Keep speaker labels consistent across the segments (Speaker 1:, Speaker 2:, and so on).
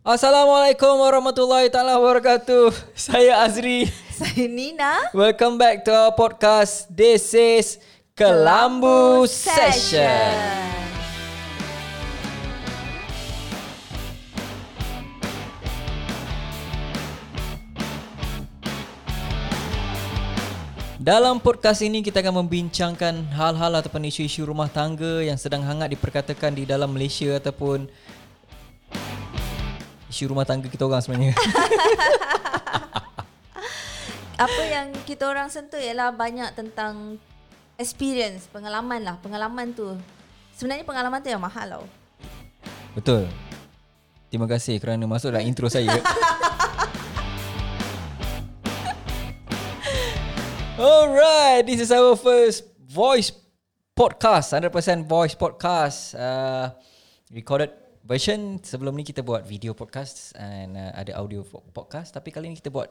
Speaker 1: Assalamualaikum warahmatullahi taala wabarakatuh. Saya Azri.
Speaker 2: Saya Nina.
Speaker 1: Welcome back to our podcast. This is Kelambu Session. Dalam podcast ini kita akan membincangkan hal-hal ataupun isu-isu rumah tangga yang sedang hangat diperkatakan di dalam Malaysia ataupun isu rumah tangga kita orang sebenarnya.
Speaker 2: Apa yang kita orang sentuh ialah banyak tentang experience, pengalaman lah. Pengalaman tu. Sebenarnya pengalaman tu yang mahal tau.
Speaker 1: Betul. Terima kasih kerana masuk dalam intro saya. Alright, this is our first voice podcast, 100% voice podcast. Uh, recorded version sebelum ni kita buat video podcast and uh, ada audio po- podcast tapi kali ni kita buat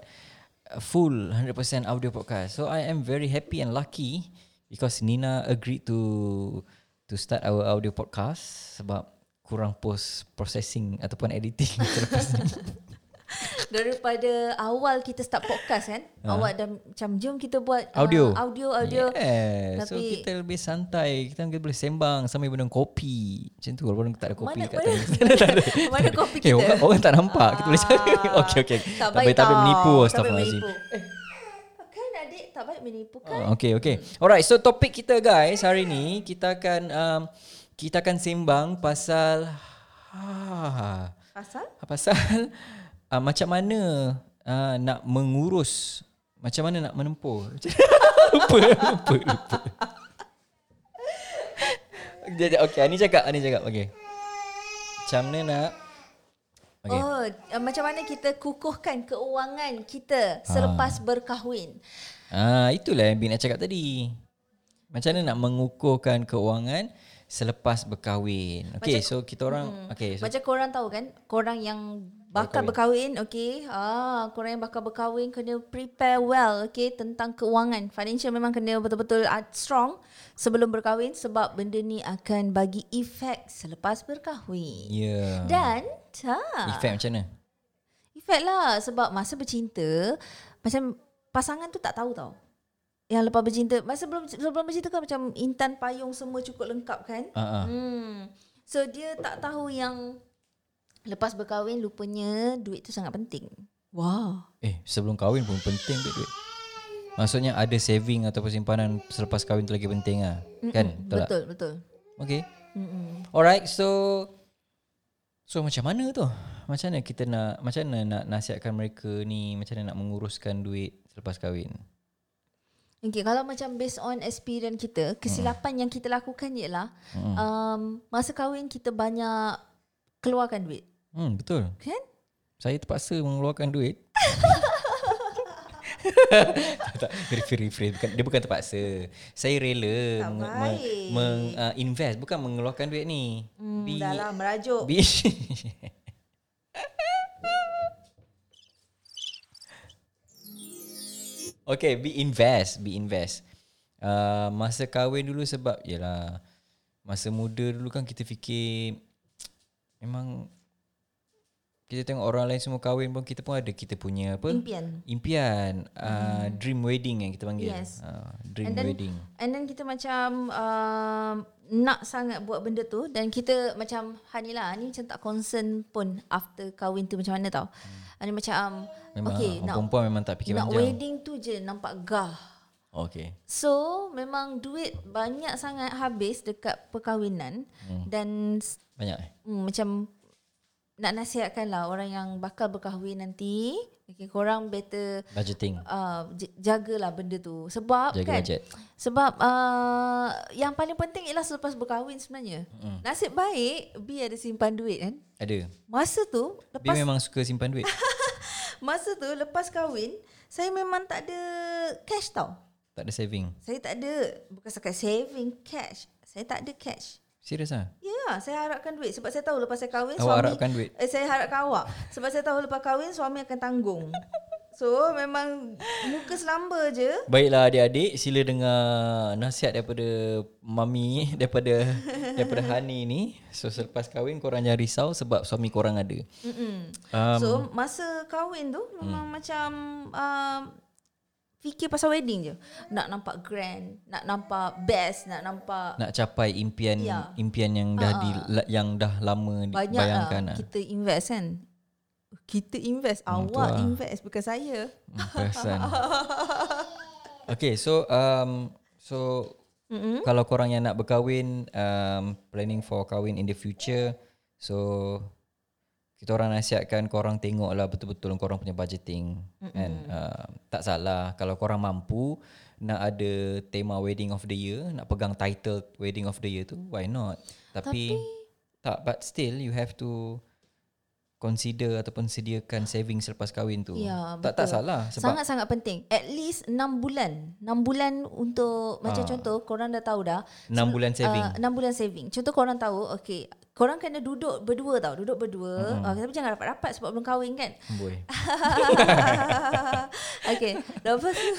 Speaker 1: uh, full 100% audio podcast. So I am very happy and lucky because Nina agreed to to start our audio podcast sebab kurang post processing ataupun editing selepas ni.
Speaker 2: Daripada awal kita start podcast kan. Awak dah macam jom kita buat
Speaker 1: Ha.
Speaker 2: ah,
Speaker 1: Audio.
Speaker 2: audio, audio.
Speaker 1: Yeah. so
Speaker 2: Tapi-
Speaker 1: kita lebih santai. Kita mungkin boleh sembang sambil minum kopi. Macam tu walaupun tak ada kopi
Speaker 2: Mana-
Speaker 1: kat
Speaker 2: mana-
Speaker 1: tangan. Tak ada, tak ada.
Speaker 2: mana kopi
Speaker 1: Eh,
Speaker 2: kita?
Speaker 1: orang, orang tak nampak. Kita boleh cari.
Speaker 2: Ah,
Speaker 1: Okey okey.
Speaker 2: Tak
Speaker 1: Tak
Speaker 2: baik
Speaker 1: boleh tak boleh
Speaker 2: tau.
Speaker 1: menipu
Speaker 2: Tak
Speaker 1: astagfirullahalazim.
Speaker 2: baik menipu. Eh, Kan adik tak baik menipu kan?
Speaker 1: Oh, okay, okay. Alright, so topik kita guys hari ni kita akan um, kita akan sembang pasal ha,
Speaker 2: Pasal?
Speaker 1: pasal uh, macam mana uh, nak mengurus, macam mana nak menempuh. Macam- lupa, lupa, lupa. Jadi okay, Ani cakap, Ani cakap. Okay. Macam mana nak Okay.
Speaker 2: Oh, uh, macam mana kita kukuhkan keuangan kita selepas berkahwin.
Speaker 1: Ah, itulah yang Bin nak cakap tadi. Macam mana nak mengukuhkan keuangan selepas berkahwin. Okay, so kita orang hmm. okay, so
Speaker 2: Macam korang tahu kan, korang yang bakal berkahwin, okey. Ah, korang yang bakal berkahwin kena prepare well, okey, tentang keuangan. Financial memang kena betul-betul ah, strong sebelum berkahwin sebab benda ni akan bagi efek selepas berkahwin.
Speaker 1: ya. Yeah.
Speaker 2: Dan ha,
Speaker 1: Effect macam mana?
Speaker 2: efek lah sebab masa bercinta macam pasangan tu tak tahu tau. Yang lepas bercinta, masa belum sebelum bercinta kan macam intan payung semua cukup lengkap kan?
Speaker 1: Ah ah.
Speaker 2: Hmm. So dia tak tahu yang lepas berkahwin lupanya duit tu sangat penting. Wah.
Speaker 1: Eh, sebelum kahwin pun penting duit. duit. Maksudnya ada saving ataupun simpanan selepas kahwin tu lagi penting ah. Kan? Betul tak?
Speaker 2: Betul, betul.
Speaker 1: Okay.
Speaker 2: Mm-mm.
Speaker 1: Alright, so so macam mana tu? Macam mana kita nak macam mana nak nasihatkan mereka ni macam mana nak menguruskan duit selepas kahwin?
Speaker 2: Okay, kalau macam based on experience kita, kesilapan yang kita lakukan ialah
Speaker 1: Mm.
Speaker 2: um, masa kahwin kita banyak keluarkan duit.
Speaker 1: Hmm, betul.
Speaker 2: Kan?
Speaker 1: Saya terpaksa mengeluarkan duit. tak, tak, refrain, refrain. Bukan, dia bukan terpaksa. Saya rela
Speaker 2: Tak
Speaker 1: meng, meng,
Speaker 2: baik.
Speaker 1: meng, uh, invest. Bukan mengeluarkan duit ni.
Speaker 2: Hmm, dah lah, merajuk.
Speaker 1: Bi. okay, be invest, be invest. Uh, masa kahwin dulu sebab yalah masa muda dulu kan kita fikir memang kita tengok orang lain semua kahwin pun kita pun ada kita punya apa
Speaker 2: Impian.
Speaker 1: impian uh, dream wedding yang kita panggil
Speaker 2: Hmm. Yes.
Speaker 1: uh, dream
Speaker 2: And then-
Speaker 1: wedding
Speaker 2: And then kita macam um, nak sangat buat benda tu dan kita macam Hani lah, Hani macam tak concern pun after kahwin tu macam mana tau. Hani
Speaker 1: Hmm.
Speaker 2: macam um,
Speaker 1: memang
Speaker 2: okay,
Speaker 1: okay,
Speaker 2: nak
Speaker 1: perempuan memang tak fikir
Speaker 2: nak
Speaker 1: panjang
Speaker 2: wedding tu je nampak gah.
Speaker 1: okay
Speaker 2: So memang duit banyak sangat habis dekat perkahwinan hmm. dan s-
Speaker 1: banyak eh
Speaker 2: hmm, macam nak nasihatkan lah orang yang bakal berkahwin nanti okay, korang better
Speaker 1: budgeting
Speaker 2: uh, j- jagalah benda tu sebab
Speaker 1: Jaga
Speaker 2: kan
Speaker 1: bajet.
Speaker 2: sebab uh, yang paling penting ialah selepas berkahwin sebenarnya hmm. nasib baik B ada simpan duit kan
Speaker 1: ada
Speaker 2: masa tu
Speaker 1: Dia
Speaker 2: lepas
Speaker 1: memang suka simpan duit.
Speaker 2: masa tu lepas kahwin saya memang tak ada cash tau
Speaker 1: tak ada saving.
Speaker 2: Saya tak ada Bukan setakat saving cash Saya tak ada cash
Speaker 1: Serius ah?
Speaker 2: Ya yeah, saya harapkan duit Sebab saya tahu lepas saya
Speaker 1: Awak
Speaker 2: kahwin suami
Speaker 1: harapkan duit?
Speaker 2: eh, Saya harapkan awak Sebab saya tahu lepas kahwin suami akan tanggung So memang muka selamba je.
Speaker 1: Baiklah adik-adik, sila dengar nasihat daripada mami, daripada daripada Hani ni. So selepas kahwin korang jangan risau sebab suami korang ada.
Speaker 2: Mm-mm.
Speaker 1: Um, Hmm.
Speaker 2: so masa kahwin tu memang macam um, fikir pasal wedding je. Nak nampak grand, nak nampak best, nak nampak
Speaker 1: nak capai impian
Speaker 2: Ya. Ah,
Speaker 1: impian yang dah di la- yang dah lama
Speaker 2: banyak
Speaker 1: dibayangkan.
Speaker 2: lah
Speaker 1: ah.
Speaker 2: kita invest kan. Kita invest, awak
Speaker 1: lah.
Speaker 2: invest bukan saya.
Speaker 1: Hmm, Perasan. okay, so um, so
Speaker 2: Mm-mm.
Speaker 1: kalau korang yang nak berkahwin, um, planning for kahwin in the future, so kita orang nasihatkan korang tengoklah betul-betul korang punya budgeting kan uh, tak salah kalau korang mampu nak ada tema wedding of the year nak pegang title wedding of the year tu why not tapi, tak but still you have to consider ataupun sediakan saving selepas kahwin tu
Speaker 2: Ya,
Speaker 1: tak tak salah sebab
Speaker 2: Sangat-sangat penting. At least 6 bulan. 6 bulan untuk macam contoh korang dah tahu dah
Speaker 1: 6 bulan Ah. saving
Speaker 2: Uh, 6 bulan saving. Contoh korang tahu, okay, korang kena duduk berdua tau. Duduk berdua.
Speaker 1: Hmm.
Speaker 2: Mm-hmm. Uh, tapi jangan rapat-rapat sebab belum kahwin kan.
Speaker 1: Boy.
Speaker 2: okay, lepas tu,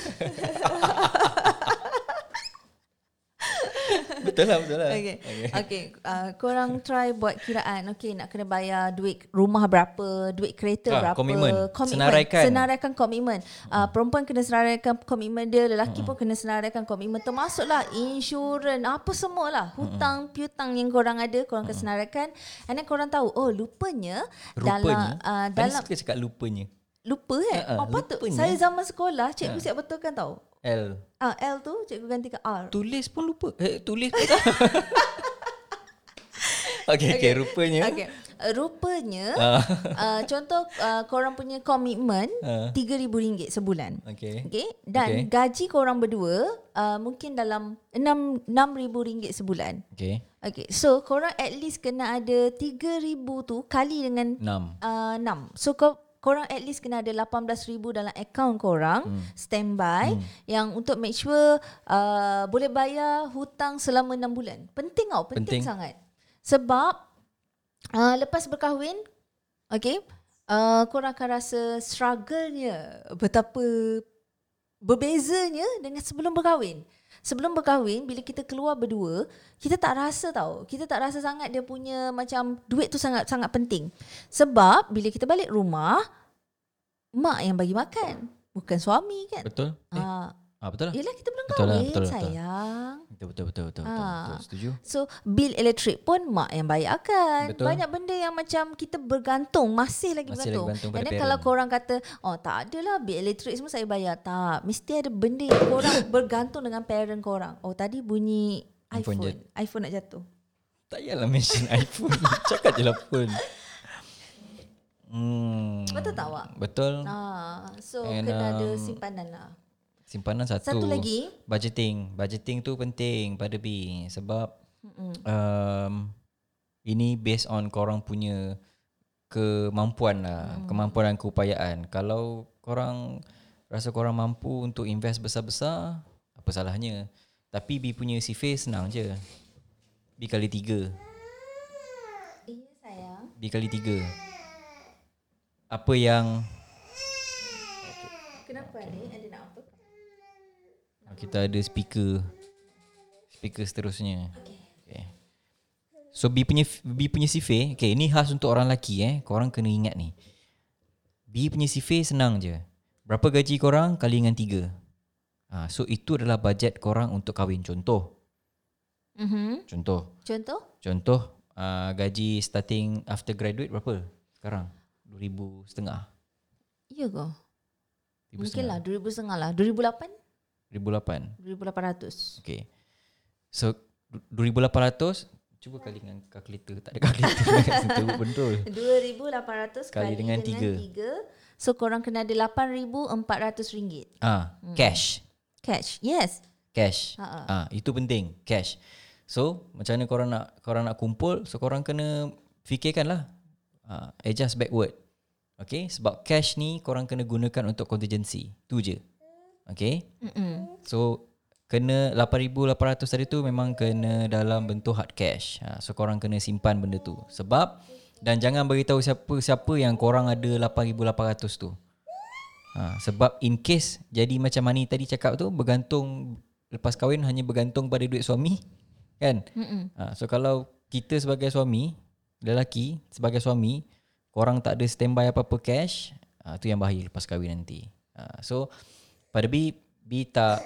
Speaker 1: betul lah betul lah
Speaker 2: okay, okay. Uh, korang try buat kiraan. Okay, nak kena bayar duit rumah berapa, duit kereta
Speaker 1: Ah,
Speaker 2: berapa.
Speaker 1: komitmen.
Speaker 2: Komitmen.
Speaker 1: Senaraikan. Hmm.
Speaker 2: Senaraikan komitmen. Uh, perempuan kena senaraikan komitmen dia. Lelaki pun kena senaraikan komitmen. Termasuklah insurans, apa
Speaker 1: Hmm.
Speaker 2: semualah. Hutang, piutang yang korang ada, korang kena senaraikan. And then korang tahu, oh lupanya,
Speaker 1: Rupanya
Speaker 2: dalam, uh,
Speaker 1: Tadi
Speaker 2: dalam
Speaker 1: suka cakap lupanya
Speaker 2: Lupa kan?
Speaker 1: Ha, ha,
Speaker 2: Uh, oh, patut.
Speaker 1: lupanya. Ah.
Speaker 2: Saya zaman sekolah, cikgu siap betulkan tau.
Speaker 1: L
Speaker 2: Ah, L tu cikgu gantikan R.
Speaker 1: Tulis pun lupa eh, Tulis pun tak okay, okay, rupanya
Speaker 2: Okay. Uh, rupanya,
Speaker 1: Ah,
Speaker 2: uh, contoh uh, korang punya komitmen
Speaker 1: Ah.
Speaker 2: RM3,000 sebulan.
Speaker 1: okay.
Speaker 2: Okay.
Speaker 1: Okay.
Speaker 2: Dan gaji korang berdua uh, mungkin dalam enam- RM6,000 sebulan.
Speaker 1: Okay
Speaker 2: Okay. So, korang at least kena ada RM3,000 tu kali dengan
Speaker 1: 6
Speaker 2: uh, 6. So kau korang at least kena ada 18,000 dalam account korang hmm. standby hmm. yang untuk make sure uh, boleh bayar hutang selama 6 bulan. Penting tau, penting,
Speaker 1: Penting.
Speaker 2: penting. sangat. Sebab uh, lepas berkahwin, okay, uh, korang akan rasa struggle-nya betapa berbezanya dengan sebelum berkahwin. Sebelum berkahwin bila kita keluar berdua, kita tak rasa tau. Kita tak rasa sangat dia punya macam duit tu sangat sangat penting. Sebab bila kita balik rumah, mak yang bagi makan, bukan suami kan.
Speaker 1: Betul eh,
Speaker 2: Ah,
Speaker 1: ah, Betul lah
Speaker 2: yelah kita belum
Speaker 1: Betul
Speaker 2: kahwin
Speaker 1: lah, betul lah, betul.
Speaker 2: sayang.
Speaker 1: Betul betul betul betul, betul,
Speaker 2: Ah.
Speaker 1: betul. Setuju
Speaker 2: So bil elektrik pun mak yang bayarkan.
Speaker 1: Betul.
Speaker 2: Betul. Banyak benda yang macam kita bergantung masih lagi
Speaker 1: Masih lagi
Speaker 2: bergantung.
Speaker 1: bergantung
Speaker 2: And
Speaker 1: pada
Speaker 2: then kalau
Speaker 1: parent.
Speaker 2: korang kata oh tak adalah bil elektrik semua saya bayar tak. Mesti ada benda yang korang bergantung dengan parent korang. Oh tadi bunyi
Speaker 1: Handphone
Speaker 2: iPhone.
Speaker 1: je.
Speaker 2: iPhone, nak jatuh.
Speaker 1: Tak payahlah mention iPhone Cakap je lah phone hmm.
Speaker 2: Betul tak awak?
Speaker 1: Betul
Speaker 2: Ah, so
Speaker 1: Hmm. And,
Speaker 2: And, kena ada
Speaker 1: um,
Speaker 2: simpanan lah.
Speaker 1: Simpanan satu
Speaker 2: Satu lagi.
Speaker 1: Budgeting Budgeting tu penting pada B Sebab um, Ini based on korang punya Kemampuan lah hmm. Kemampuan dan keupayaan Kalau korang Rasa korang mampu untuk invest besar-besar Apa salahnya Tapi B punya sifir senang je B kali tiga
Speaker 2: Iya Eh, ya, sayang.
Speaker 1: B kali tiga Apa yang
Speaker 2: Kenapa ni? Ada nak apa?
Speaker 1: Kita ada speaker Speaker seterusnya okay. So B punya B punya sifir Okay ni khas untuk orang lelaki eh Korang kena ingat ni B punya sifir senang je Berapa gaji korang kali dengan tiga ha, So itu adalah bajet korang untuk kahwin Contoh
Speaker 2: Mm-hmm.
Speaker 1: Contoh
Speaker 2: Contoh?
Speaker 1: Contoh uh, Gaji starting after graduate berapa sekarang? 2000 setengah
Speaker 2: Ya ke?
Speaker 1: 1000
Speaker 2: Mungkin
Speaker 1: setengah.
Speaker 2: lah 2,000 setengah lah. 2,008?
Speaker 1: 1008
Speaker 2: 2,800.
Speaker 1: Okay. So du- 2800 cuba kali dengan kalkulator. Tak ada kalkulator. Teruk betul. Kali
Speaker 2: 2,800 kali,
Speaker 1: dengan
Speaker 2: dengan, dengan tiga. So korang kena ada RM8,400 ringgit.
Speaker 1: Ah, cash.
Speaker 2: Cash. Yes.
Speaker 1: Cash. Ah,
Speaker 2: Ha-ha.
Speaker 1: itu penting. Cash. So, macam mana korang nak korang nak kumpul, so korang kena fikirkanlah. Ah, adjust backward. Okay, sebab cash ni korang kena gunakan untuk contingency. Tu je. Okay.
Speaker 2: Mm-mm.
Speaker 1: So kena 8800 tadi tu memang kena dalam bentuk hard cash. Ha, so korang kena simpan benda tu. Sebab dan jangan beritahu siapa-siapa yang korang ada 8800 tu. Ha, sebab in case jadi macam Mani tadi cakap tu bergantung lepas kahwin hanya bergantung pada duit suami kan. Ha, so kalau kita sebagai suami lelaki sebagai suami korang tak ada standby apa-apa cash ha, tu yang bahaya lepas kahwin nanti. Ha, so pada B B tak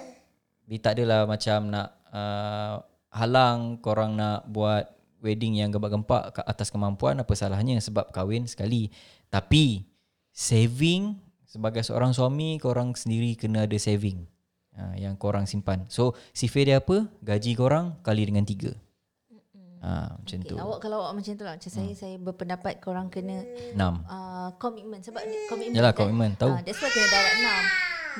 Speaker 1: B tak adalah macam nak uh, halang korang nak buat wedding yang gempak-gempak ke atas kemampuan apa salahnya sebab kahwin sekali. Tapi saving sebagai seorang suami korang sendiri kena ada saving ha, yang korang simpan so sifir dia apa gaji korang kali dengan tiga ha, macam
Speaker 2: Okay,
Speaker 1: tu
Speaker 2: awak kalau awak macam tu lah Macam
Speaker 1: Hmm.
Speaker 2: saya Saya berpendapat korang kena
Speaker 1: enam
Speaker 2: uh, Komitmen Sebab komitmen
Speaker 1: Yalah, komitmen, tahu.
Speaker 2: Ah, That's why kena darat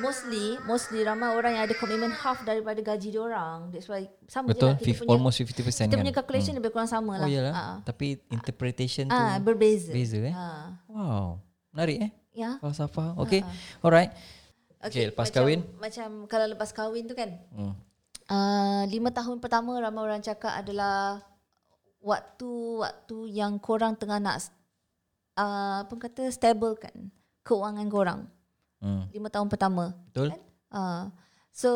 Speaker 2: 6 Mostly Mostly ramai orang yang ada komitmen Half daripada gaji diorang That's why Sama
Speaker 1: betul
Speaker 2: je lah kita
Speaker 1: Fif,
Speaker 2: punya
Speaker 1: almost 50%
Speaker 2: Kita
Speaker 1: kan
Speaker 2: punya calculation hmm. lebih kurang sama
Speaker 1: oh
Speaker 2: lah
Speaker 1: yalah
Speaker 2: Ah,
Speaker 1: tapi interpretation
Speaker 2: ah,
Speaker 1: tu
Speaker 2: Berbeza
Speaker 1: beza eh
Speaker 2: Ah,
Speaker 1: wow menarik eh
Speaker 2: Ya
Speaker 1: falsafah okay alright okay, lepas
Speaker 2: macam,
Speaker 1: kahwin
Speaker 2: Macam kalau lepas kahwin tu kan
Speaker 1: hmm.
Speaker 2: uh, Lima tahun pertama ramai orang cakap adalah Waktu-waktu yang korang tengah nak uh, Apa kata stablekan Keuangan korang
Speaker 1: Hmm.
Speaker 2: Lima tahun pertama
Speaker 1: betul
Speaker 2: uh, So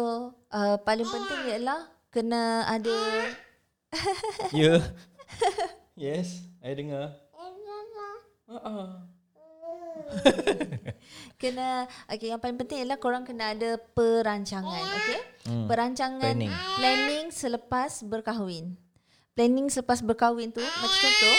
Speaker 2: uh, paling penting ialah Kena ada
Speaker 1: ya yes I dengar
Speaker 2: Kena Okay yang paling penting ialah Korang kena ada perancangan Okay
Speaker 1: Hmm.
Speaker 2: Perancangan
Speaker 1: Planning.
Speaker 2: Planning selepas berkahwin Planning selepas berkahwin tu Macam contoh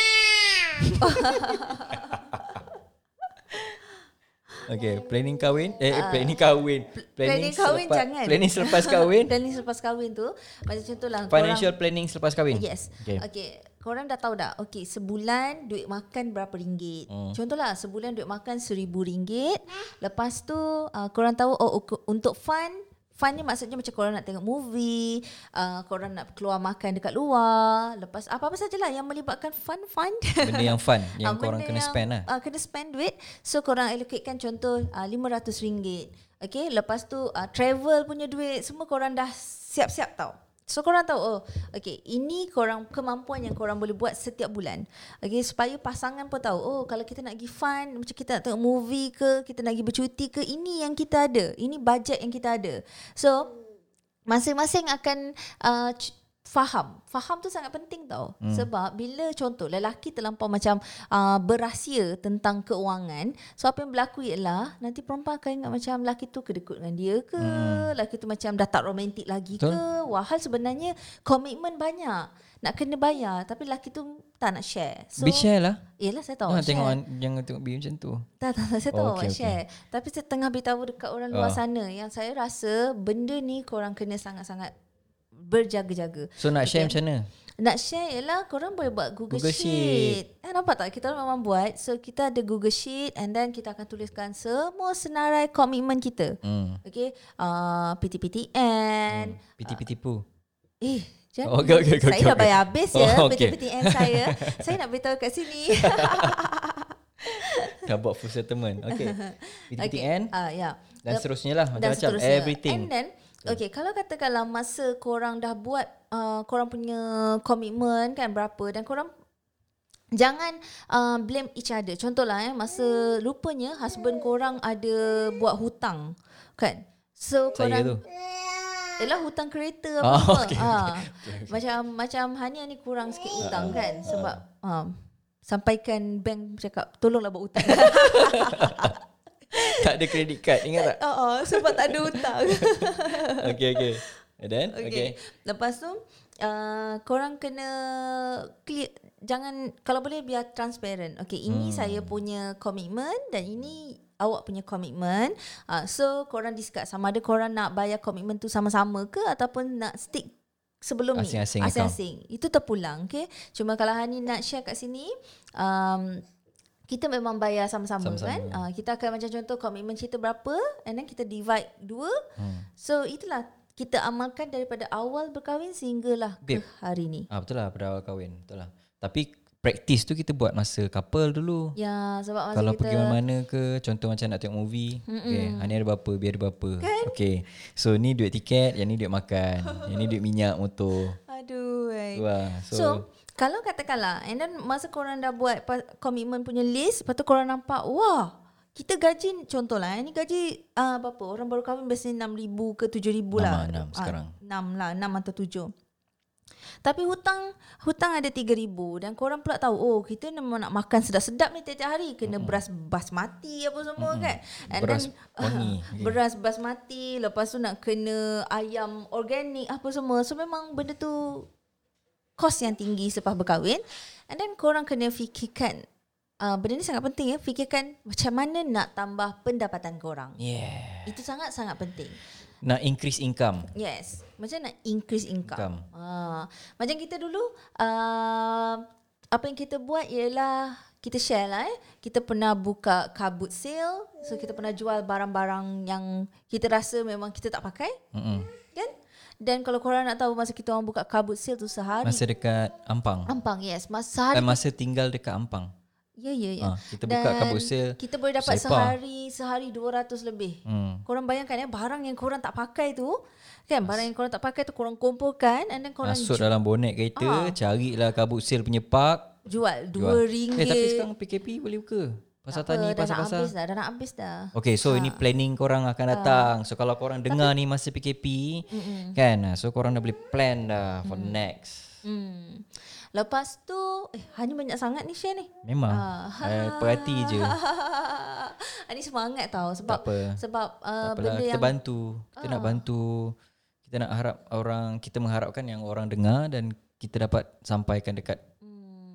Speaker 1: Okay, planning kahwin Eh, uh, planning kahwin
Speaker 2: Ah. planning kahwin
Speaker 1: selepas,
Speaker 2: jangan.
Speaker 1: Planning selepas kahwin
Speaker 2: Planning selepas kahwin tu Macam contohlah
Speaker 1: Financial planning selepas kahwin
Speaker 2: korang, Yes
Speaker 1: Okay.
Speaker 2: okay. okay Korang dah tahu dah Okay sebulan duit makan berapa ringgit hmm. Contohlah sebulan duit makan seribu ringgit Lepas tu uh, korang tahu oh, ok- Untuk fun Fun ni maksudnya macam korang nak tengok movie uh, Korang nak keluar makan dekat luar Lepas apa-apa sajalah yang melibatkan fun-fun
Speaker 1: Benda yang fun Yang
Speaker 2: Ah,
Speaker 1: korang
Speaker 2: benda
Speaker 1: kena
Speaker 2: yang,
Speaker 1: spend lah
Speaker 2: ah, kena spend duit. So korang allocatekan contoh uh, RM500. Okay, lepas tu uh, travel punya duit semua korang dah siap-siap tau. So korang tahu oh okay ini korang kemampuan yang korang boleh buat setiap bulan. Okay supaya pasangan pun tahu oh kalau kita nak pergi fun macam kita nak tengok movie ke kita nak pergi bercuti ke ini yang kita ada. Ini bajet yang kita ada. So masing-masing akan uh, c- faham. Faham tu sangat penting tau. Hmm. Sebab bila contoh lelaki terlampau macam uh, berahsia tentang keuangan, so apa yang berlaku ialah nanti perempuan akan ingat macam lelaki tu kedekut dengan dia ke, hmm. lelaki tu macam dah tak romantik lagi
Speaker 1: Betul.
Speaker 2: Betul. ke. Wahal sebenarnya komitmen banyak. Nak kena bayar tapi lelaki tu tak nak share. So
Speaker 1: so, Be share lah
Speaker 2: Yelah saya tahu
Speaker 1: oh,
Speaker 2: awak share.
Speaker 1: Tengok an- Jangan tengok B macam tu
Speaker 2: Tak, tak, tak. Saya tahu
Speaker 1: Oh, okey,
Speaker 2: oh, okay,
Speaker 1: okey.
Speaker 2: share. Okay. Tapi saya tengah beritahu dekat orang luar
Speaker 1: Ah.
Speaker 2: sana yang saya rasa benda ni korang kena sangat-sangat berjaga-jaga.
Speaker 1: So nak share macam mana
Speaker 2: Nak share ialah korang boleh buat Google,
Speaker 1: Google
Speaker 2: Google Sheet. Sheet. Eh, nampak tak? Kita orang memang buat. So, kita ada Google Sheet and then kita akan tuliskan semua senarai komitmen kita.
Speaker 1: hmm.
Speaker 2: Okay. Uh, PTPTN. Hmm.
Speaker 1: Piti-piti pu
Speaker 2: Eh,
Speaker 1: Oh,
Speaker 2: jangan.
Speaker 1: okey, okey, okey,
Speaker 2: saya
Speaker 1: okey,
Speaker 2: dah
Speaker 1: okey.
Speaker 2: bayar habis ya
Speaker 1: Oh,
Speaker 2: oh,
Speaker 1: okey.
Speaker 2: PTPTN saya. saya nak beritahu kat sini.
Speaker 1: Dah buat full settlement Okay Piti-piti okay.
Speaker 2: Ah, ya.
Speaker 1: Dan seterusnya lah
Speaker 2: dan
Speaker 1: Macam-macam
Speaker 2: seterusnya.
Speaker 1: Everything
Speaker 2: And then Okay, kalau katakanlah masa korang dah buat uh, korang punya komitmen kan berapa dan korang jangan uh, blame each other. Contohlah eh masa rupanya husband korang ada buat hutang kan. So
Speaker 1: Saya
Speaker 2: korang
Speaker 1: tu
Speaker 2: Ialah hutang kereta
Speaker 1: Ah,
Speaker 2: apa apa.
Speaker 1: okey,
Speaker 2: ha.
Speaker 1: okey, okey.
Speaker 2: Macam macam Hania ni kurang sikit
Speaker 1: Ah,
Speaker 2: hutang kan sebab ha, sampaikan bank cakap tolonglah buat hutang.
Speaker 1: Tak ada credit card Ingat tak
Speaker 2: oh, oh, sebab tak ada hutang.
Speaker 1: Okay okay And then Okay, kan? okay.
Speaker 2: Okay. okay. Lepas tu uh, korang kena clear jangan kalau boleh biar transparent. Okay, ini hmm. saya punya komitmen dan ini awak punya komitmen. Uh, so korang discuss sama ada korang nak bayar komitmen tu sama-sama ke ataupun nak stick sebelum
Speaker 1: Asing-asing
Speaker 2: ni.
Speaker 1: account.
Speaker 2: Asing-asing. Itu terpulang, okay? Cuma kalau Hani nak share kat sini, um, kita memang bayar sama-sama,
Speaker 1: Sama-sama.
Speaker 2: kan? Uh, kita akan macam contoh komitmen cerita berapa and then kita divide dua
Speaker 1: hmm.
Speaker 2: So itulah kita amalkan daripada awal berkahwin sehinggalah ke
Speaker 1: Babe.
Speaker 2: hari ni.
Speaker 1: Ah betul lah pada awal kahwin betul lah. Tapi practice tu kita buat masa couple dulu.
Speaker 2: Ya sebab masa
Speaker 1: Kalau
Speaker 2: kita
Speaker 1: pergi mana-mana ke Contoh macam nak tengok movie Mm-mm. Okay Hani ada berapa Biar ada berapa kan? Okay So ni duit tiket Yang ni duit makan Yang ni duit minyak motor
Speaker 2: aduh. eh.
Speaker 1: Tu lah
Speaker 2: So,
Speaker 1: So,
Speaker 2: so kalau katakanlah and then masa korang dah buat pa- komitmen punya list lepas tu korang nampak wah kita gaji contohlah eh, ni gaji uh, berapa orang baru kahwin biasanya 6000 ke 7000 lah.
Speaker 1: Enam lah, enam
Speaker 2: Ah,
Speaker 1: sekarang.
Speaker 2: Enam lah, enam atau tujuh. Tapi hutang hutang ada 3000 dan korang pula tahu oh kita nak nak makan sedap-sedap ni tiap-tiap hari kena mm-hmm. beras basmati apa semua mm-hmm. kan.
Speaker 1: Beras wangi.
Speaker 2: beras basmati lepas tu nak kena ayam organik apa semua. So memang benda tu kos yang tinggi selepas berkahwin and then korang kena fikirkan uh, benda ni sangat penting ya fikirkan macam mana nak tambah pendapatan korang
Speaker 1: Yeah.
Speaker 2: itu sangat-sangat penting
Speaker 1: Nak increase income.
Speaker 2: yes macam nak increase
Speaker 1: Income.
Speaker 2: income, Ah, macam kita dulu uh, apa yang kita buat ialah kita share lah eh. Kita pernah buka kabut sale. So kita pernah jual barang-barang yang kita rasa memang kita tak pakai.
Speaker 1: Mm-mm.
Speaker 2: Kan? Dan kalau korang nak tahu masa kita orang buka kabut sale tu sehari.
Speaker 1: Masa dekat Ampang.
Speaker 2: Ampang yes. Masa sehari
Speaker 1: Eh, masa tinggal dekat Ampang.
Speaker 2: Ya ya ya.
Speaker 1: Ah, kita buka
Speaker 2: Dan
Speaker 1: kabut sale,
Speaker 2: Kita boleh dapat
Speaker 1: saipa.
Speaker 2: sehari sehari 200 lebih.
Speaker 1: Hmm.
Speaker 2: Korang bayangkan ya barang yang korang tak pakai tu kan barang yang korang tak pakai tu korang kumpulkan and then korang
Speaker 1: Masuk
Speaker 2: ju- Ah.
Speaker 1: dalam bonet kereta, carilah kabut sale punya park.
Speaker 2: jual 2
Speaker 1: jual.
Speaker 2: ringgit.
Speaker 1: Eh tapi sekarang PKP boleh buka. Pasar
Speaker 2: Tak apa,
Speaker 1: tani,
Speaker 2: dah nak
Speaker 1: pasar-pasar.
Speaker 2: habis Ah. dah, dah nak habis dah.
Speaker 1: Okay, so ini planning korang akan datang. So kalau korang dengar ni masa PKP, kan? ah, So korang dah boleh plan dah for next.
Speaker 2: Hmm. Lepas tu eh hanya banyak sangat ni share ni.
Speaker 1: Memang.
Speaker 2: Ah.
Speaker 1: Eh, perhati je.
Speaker 2: Ani semangat tau sebab
Speaker 1: Tak apa.
Speaker 2: sebab uh,
Speaker 1: Tak apalah,
Speaker 2: benda
Speaker 1: kita
Speaker 2: yang Ah.
Speaker 1: bantu. Kita nak bantu. Kita nak harap orang, kita mengharapkan yang orang dengar dan kita dapat sampaikan dekat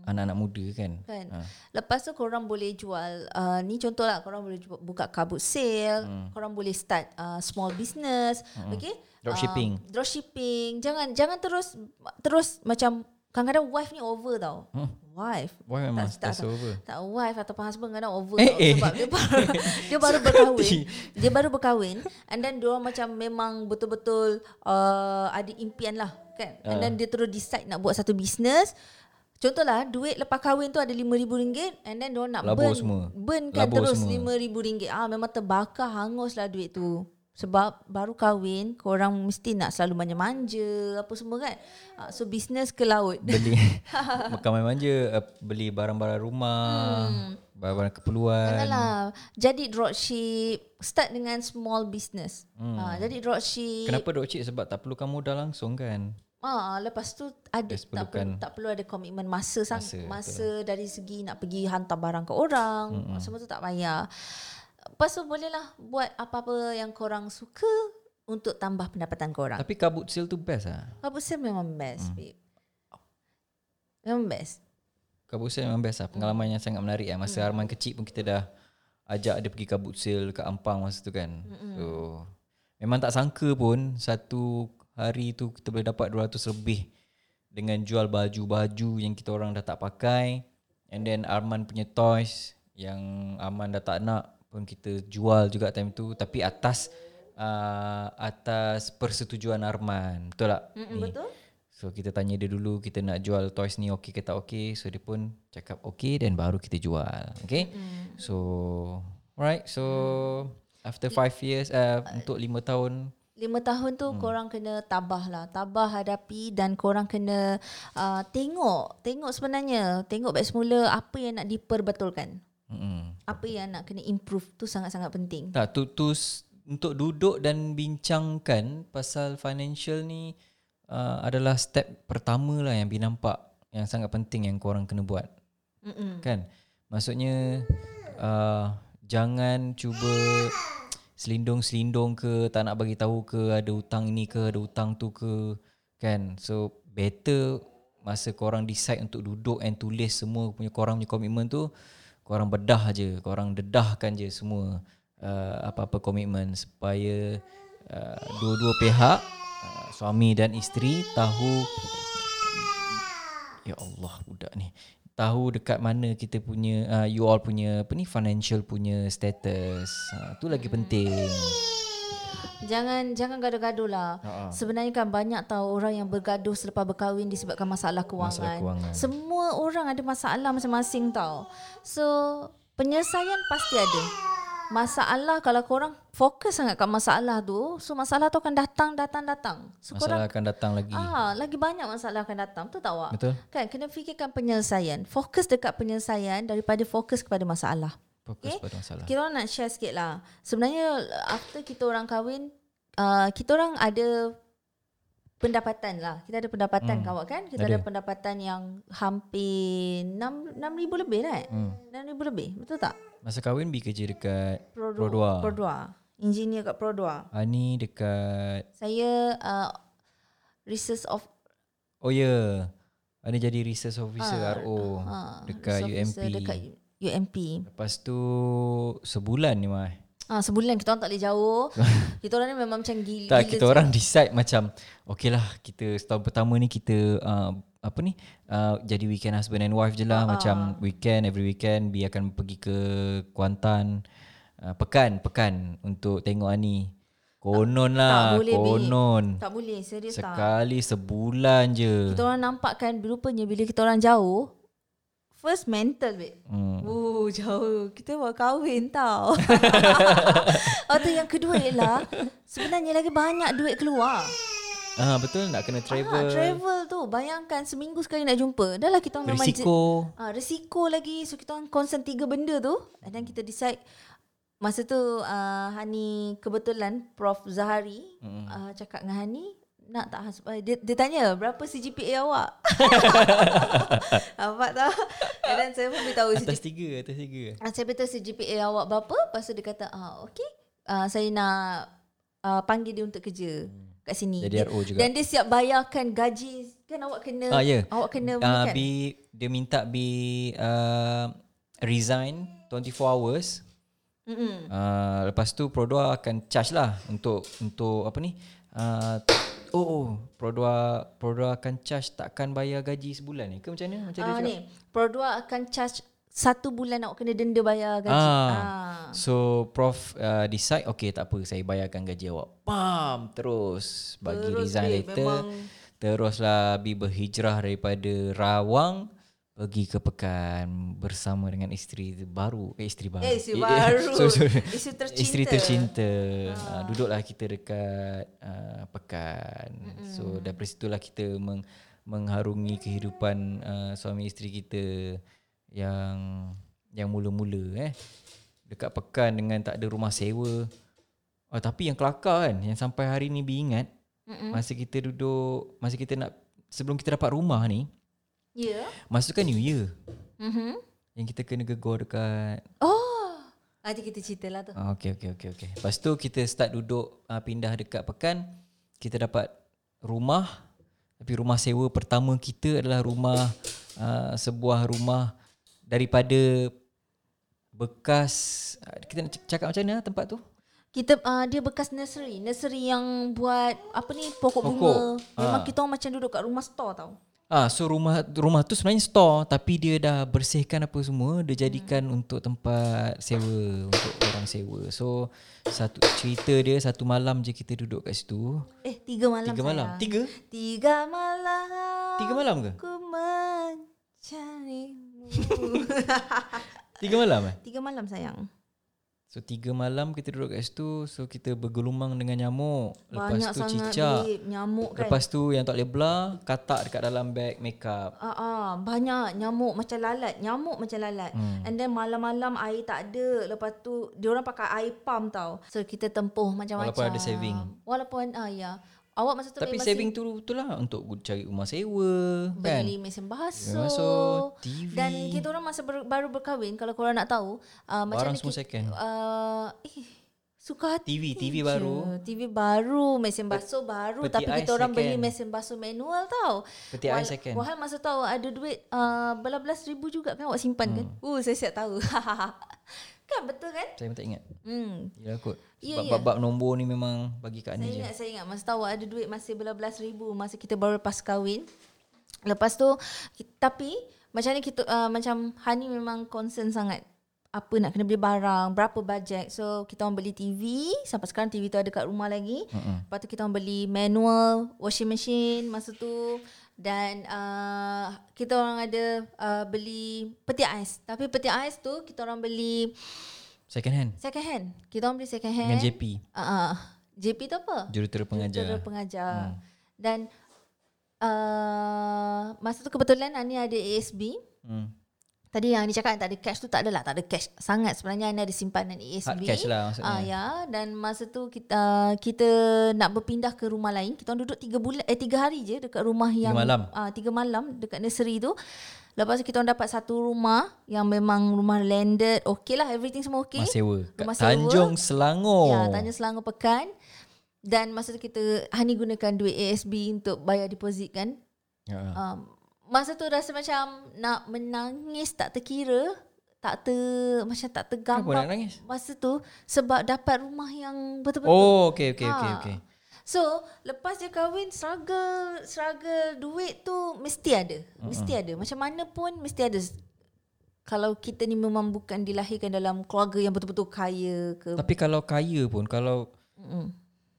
Speaker 1: anak-anak muda kan.
Speaker 2: Hmm. kan. Ha. Lepas tu korang boleh jual uh, ni contoh lah korang boleh ju- buka kabut sale, hmm. korang boleh start uh, small business, hmm. okay?
Speaker 1: Dropshipping.
Speaker 2: Uh, dropshipping. Jangan jangan terus terus macam kadang-kadang wife ni over tau. Hmm. Wife.
Speaker 1: Why memang
Speaker 2: tak-
Speaker 1: stress over?
Speaker 2: Tak wife ataupun husband kadang over
Speaker 1: Eh,
Speaker 2: tau,
Speaker 1: eh.
Speaker 2: sebab dia baru dia baru berkahwin. Dia baru berkahwin and then dia macam memang betul-betul uh, ada impian lah kan.
Speaker 1: Ah.
Speaker 2: And then dia terus decide nak buat satu bisnes. Contohlah duit lepas kahwin tu ada RM5,000 and then dia nak
Speaker 1: Labur
Speaker 2: burn
Speaker 1: semua.
Speaker 2: burn kan
Speaker 1: Labur
Speaker 2: terus
Speaker 1: semua.
Speaker 2: RM5,000. Ah memang terbakar hanguslah duit tu. Sebab baru kahwin, korang mesti nak selalu manja-manja apa semua kan. Ah, so bisnes ke laut.
Speaker 1: Beli bukan main manja, eh, beli barang-barang rumah,
Speaker 2: Hmm.
Speaker 1: barang-barang keperluan.
Speaker 2: Janganlah
Speaker 1: Kan?
Speaker 2: jadi dropship start dengan small business. Hmm. Ha, jadi dropship
Speaker 1: Kenapa dropship sebab tak perlukan modal langsung kan?
Speaker 2: Ah, lepas tu ada
Speaker 1: Just
Speaker 2: tak perlu,
Speaker 1: perlukan-
Speaker 2: tak perlu ada komitmen masa sang,
Speaker 1: Masa,
Speaker 2: masa, masa dari segi nak pergi hantar barang ke orang,
Speaker 1: Hmm,
Speaker 2: mm-hmm. semua tu tak payah. Lepas tu bolehlah buat apa-apa yang korang suka untuk tambah pendapatan korang.
Speaker 1: Tapi Hmm. kabut sale tu best ah.
Speaker 2: Kabut sale memang best, babe. Memang best.
Speaker 1: Kabut sale memang best lah Pengalaman yang sangat menarik lah Masa Arman kecil pun kita dah Ajak dia pergi kabut sale Kat Ampang masa tu kan So Memang tak sangka pun Satu hari tu Kita boleh dapat 200 lebih Dengan jual baju-baju Yang kita orang dah tak pakai And then Arman punya toys Yang Arman dah tak nak Pun kita jual juga time tu Tapi atas uh, Atas persetujuan Arman Betul tak?
Speaker 2: Mm-mm, betul?
Speaker 1: So kita tanya dia dulu kita nak jual toys ni okey ke tak okey. So dia pun cakap okey dan baru kita jual. Okay. Mm. So alright. So after five years uh, untuk lima tahun
Speaker 2: Lima tahun tu hmm. korang kena tabah lah. Tabah hadapi dan korang kena uh, tengok. Tengok sebenarnya. Tengok back semula apa yang nak diperbetulkan.
Speaker 1: mm-mm.
Speaker 2: Apa yang nak kena improve tu sangat-sangat penting.
Speaker 1: tak tu tu s- untuk duduk dan bincangkan pasal financial ni uh, adalah step pertama lah yang binampak yang sangat penting yang korang kena buat.
Speaker 2: Mm-mm.
Speaker 1: Kan Maksudnya uh, Jangan cuba Selindung-selindung ke Tak nak bagi tahu ke Ada hutang ini ke Ada hutang tu ke Kan So Better Masa korang decide untuk duduk And tulis semua punya Korang punya komitmen tu Korang bedah je Korang dedahkan je semua uh, Apa-apa komitmen Supaya uh, Dua-dua pihak uh, Suami dan isteri Tahu Ya Allah budak ni Tahu dekat mana kita punya uh, You all punya Apa ni Financial punya status uh, Tu lagi penting
Speaker 2: Jangan jangan gaduh-gaduh lah.
Speaker 1: Ha-ha.
Speaker 2: Sebenarnya kan banyak tahu orang yang bergaduh selepas berkahwin disebabkan masalah kewangan.
Speaker 1: Masalah kewangan.
Speaker 2: Semua orang ada masalah masing-masing tau. So, penyelesaian pasti ada. Masalah kalau korang fokus sangat kat masalah tu, so masalah tu akan datang datang datang. So korang
Speaker 1: Masalah akan datang lagi
Speaker 2: ah lagi banyak masalah akan datang. Betul tak awak?
Speaker 1: Betul.
Speaker 2: Kan kena fikirkan penyelesaian. Fokus dekat penyelesaian daripada fokus kepada masalah.
Speaker 1: Fokus okay. pada masalah.
Speaker 2: Kita orang nak share sikit lah. Sebenarnya after kita orang kahwin, uh, kita orang ada pendapatan lah. Kita ada
Speaker 1: Hmm.
Speaker 2: pendapatan hmm. kawan kan? Kita
Speaker 1: Ada.
Speaker 2: ada. ada pendapatan yang hampir 6 6000 lebih lah.
Speaker 1: Hmm.
Speaker 2: Hmm. 6000 lebih. Betul tak?
Speaker 1: Masa kahwin B kerja dekat
Speaker 2: Produ-
Speaker 1: Produa.
Speaker 2: Produa. Engineer kat Produa.
Speaker 1: Ani dekat
Speaker 2: Saya uh, research of
Speaker 1: Oh ya. Yeah. Ani jadi research officer
Speaker 2: Ah,
Speaker 1: RO
Speaker 2: ah,
Speaker 1: Oh, dekat
Speaker 2: research
Speaker 1: UMP.
Speaker 2: officer Dekat U- UMP.
Speaker 1: Lepas tu sebulan ni mah.
Speaker 2: Ah sebulan kita orang tak boleh jauh. kita orang ni memang macam gila.
Speaker 1: Tak
Speaker 2: gila
Speaker 1: kita orang decide macam okay lah kita setahun pertama ni kita uh, apa ni uh, jadi weekend husband and wife je lah
Speaker 2: Ah.
Speaker 1: uh-huh. macam weekend every weekend Bi akan pergi ke Kuantan uh, pekan pekan untuk tengok Ani. Konon lah,
Speaker 2: boleh, Bi.
Speaker 1: konon.
Speaker 2: Tak boleh serius tak.
Speaker 1: Sekali sebulan je.
Speaker 2: Kita orang nampak kan rupanya bila kita orang jauh first mental babe.
Speaker 1: Hmm.
Speaker 2: Oh jauh Kita mau kahwin tau Lepas tu yang kedua ialah Sebenarnya lagi banyak duit keluar
Speaker 1: Ah betul nak kena travel.
Speaker 2: ha, Travel tu Bayangkan seminggu sekali nak jumpa Dah lah kita orang memang je-
Speaker 1: Berisiko.
Speaker 2: Ah, risiko lagi so kita orang concern tiga benda tu and then kita decide masa tu uh, Hani kebetulan Prof Zahari mm-hmm.
Speaker 1: Hmm.
Speaker 2: uh, cakap dengan Hani nak tak has- eh, dia, dia tanya berapa CGPA awak nampak tak and then saya pun beritahu
Speaker 1: Atas
Speaker 2: CGPA
Speaker 1: tiga, atas tiga.
Speaker 2: Ah, saya beritahu CGPA awak berapa lepas tu dia kata ah okey uh, saya nak uh, panggil dia untuk kerja kat sini
Speaker 1: Hmm. Jadi
Speaker 2: Dia-
Speaker 1: RO juga.
Speaker 2: dan dia siap bayarkan gaji kan awak kena
Speaker 1: Ah ya.
Speaker 2: awak kena
Speaker 1: Ah,
Speaker 2: menekan.
Speaker 1: B dia minta B uh, resign 24 hours.
Speaker 2: Mm-mm.
Speaker 1: Uh, lepas tu Produa akan charge lah untuk untuk apa ni? Uh, oh, oh Produa Produa akan charge takkan bayar gaji sebulan ni ke macam mana? Macam
Speaker 2: Ah
Speaker 1: mana?
Speaker 2: ni, Produa akan charge satu bulan awak kena denda bayar gaji.
Speaker 1: Ah.
Speaker 2: Ah.
Speaker 1: So Prof uh, decide Okay tak apa Saya bayarkan gaji awak Pam Terus Bagi terus, resign
Speaker 2: eh,
Speaker 1: letter Teruslah Bi berhijrah daripada Rawang Pergi ke Pekan Bersama dengan isteri baru Eh isteri baru
Speaker 2: Eh, isteri
Speaker 1: Eh, eh,
Speaker 2: baru.
Speaker 1: sorry, sorry.
Speaker 2: Isteri tercinta.
Speaker 1: Isteri tercinta ha. uh, Duduklah kita dekat uh, Pekan mm So daripada situlah kita meng, Mengharungi kehidupan uh, Suami isteri kita Yang Yang mula-mula eh Dekat Pekan dengan tak ada rumah sewa oh, Tapi yang kelakar kan Yang sampai hari ni Bi ingat
Speaker 2: Mm-mm.
Speaker 1: Masa kita duduk Masa kita nak Sebelum kita dapat rumah ni
Speaker 2: Ya.
Speaker 1: Masa tu kan New Year
Speaker 2: Mhm.
Speaker 1: Yang kita kena gegor dekat
Speaker 2: Oh. Nanti kita cerita lah tu.
Speaker 1: ah, Okay okay okay okay Lepas tu kita start duduk ah, Pindah dekat Pekan Kita dapat rumah Tapi rumah sewa pertama kita adalah rumah ah, Sebuah rumah Daripada Bekas ah, Kita nak cakap macam mana tempat tu?
Speaker 2: Kita uh, dia bekas nursery, nursery yang buat apa ni pokok,
Speaker 1: Pokok.
Speaker 2: bunga. Memang
Speaker 1: Ah.
Speaker 2: kita orang macam duduk kat rumah store tau.
Speaker 1: Ah, so rumah rumah tu sebenarnya store tapi dia dah bersihkan apa semua, dia jadikan hmm. untuk tempat sewa, untuk orang sewa. So satu cerita dia satu malam je kita duduk kat situ.
Speaker 2: Eh, tiga malam.
Speaker 1: Tiga malam.
Speaker 2: sayang.
Speaker 1: Tiga?
Speaker 2: Tiga malam.
Speaker 1: Tiga malam ke?
Speaker 2: Aku mencarimu.
Speaker 1: Tiga malam eh?
Speaker 2: tiga malam sayang.
Speaker 1: So tiga malam kita duduk kat situ, so kita bergelumang dengan nyamuk. Lepas
Speaker 2: Banyak
Speaker 1: tu
Speaker 2: sangat
Speaker 1: cicak.
Speaker 2: babe, nyamuk kan.
Speaker 1: Lepas tu yang tak boleh belah, katak dekat dalam beg makeup.
Speaker 2: Ah, ah, banyak nyamuk macam lalat, nyamuk macam lalat. Hmm. And then malam-malam air tak ada. Lepas tu diorang pakai air pump tau. So kita tempuh macam-macam.
Speaker 1: Walaupun ada saving.
Speaker 2: Walaupun ah ya. Awak masa tu
Speaker 1: Tapi
Speaker 2: memang
Speaker 1: saving tu tu lah untuk cari rumah sewa kan.
Speaker 2: beli mesin basuh,
Speaker 1: Masuk TV.
Speaker 2: dan kita orang masa ber, baru berkahwin kalau korang nak tahu uh, macam
Speaker 1: Barang
Speaker 2: mana
Speaker 1: semua
Speaker 2: kita,
Speaker 1: second.
Speaker 2: uh, eh, suka hati
Speaker 1: TV, TV
Speaker 2: je.
Speaker 1: baru.
Speaker 2: TV baru mesin basuh baru
Speaker 1: peti
Speaker 2: tapi
Speaker 1: ais
Speaker 2: kita orang beli
Speaker 1: second.
Speaker 2: mesin basuh manual tau
Speaker 1: Peti ais second.
Speaker 2: Wahal masa tu awak ada duit uh, belas-belas ribu juga kan awak simpan hmm. kan? Uh, saya siap tahu. kan betul kan?
Speaker 1: Saya pun tak ingat.
Speaker 2: Hmm.
Speaker 1: Ya kot.
Speaker 2: Ya,
Speaker 1: Sebab
Speaker 2: ya.
Speaker 1: bab-bab nombor ni memang bagi kat
Speaker 2: Saya
Speaker 1: ni je.
Speaker 2: ingat, saya ingat masa tu awak ada duit masih belas-belas ribu masa kita baru lepas kahwin. Lepas tu ki- tapi macam ni kita uh, macam Hani memang concern sangat apa nak kena beli barang, berapa bajet. So kita orang beli TV, sampai sekarang TV tu ada kat rumah lagi.
Speaker 1: Mm-mm.
Speaker 2: Lepas tu kita orang beli manual washing machine masa tu dan uh, kita orang ada uh, beli peti ais. Tapi peti ais tu kita orang beli
Speaker 1: Second hand
Speaker 2: second hand. Kita orang beli second hand.
Speaker 1: dengan JP,
Speaker 2: Uh, JP tu apa?
Speaker 1: jurutera
Speaker 2: Pengajar.
Speaker 1: pengajar.
Speaker 2: pengajar. Hmm. Dan uh, masa tu kebetulan Ani ada ASB.
Speaker 1: Hmm.
Speaker 2: Tadi yang ni cakap tak ada cash tu tak adalah tak ada cash sangat sebenarnya Ana ada simpanan ASB.
Speaker 1: Hard cash lah maksudnya.
Speaker 2: Ah ya dan masa tu kita ah, kita nak berpindah ke rumah lain. Kita orang duduk 3 bulan eh 3 hari je dekat rumah yang
Speaker 1: malam.
Speaker 2: Ah 3 malam dekat nursery tu. Lepas tu kita orang dapat satu rumah yang memang rumah landed. Okay lah everything semua okay.
Speaker 1: Rumah sewa kat
Speaker 2: Rumah sewa.
Speaker 1: Tanjung Selangor.
Speaker 2: Ya, tanya Selangor Pekan. Dan masa tu kita Hani gunakan duit ASB untuk bayar deposit kan.
Speaker 1: Ya.
Speaker 2: Um, masa tu rasa macam nak menangis tak terkira, tak ter macam tak
Speaker 1: Kenapa nak
Speaker 2: tergambar.
Speaker 1: nangis?
Speaker 2: Masa tu sebab dapat rumah yang betul-betul.
Speaker 1: Oh, okay, okay, okay,
Speaker 2: Ha.
Speaker 1: okay.
Speaker 2: So, lepas dia kahwin struggle struggle duit tu mesti ada. Mesti ada. Macam mana pun mesti ada. Kalau kita ni memang bukan dilahirkan dalam keluarga yang betul-betul kaya ke.
Speaker 1: Tapi kalau kaya pun, kalau
Speaker 2: Mm-mm.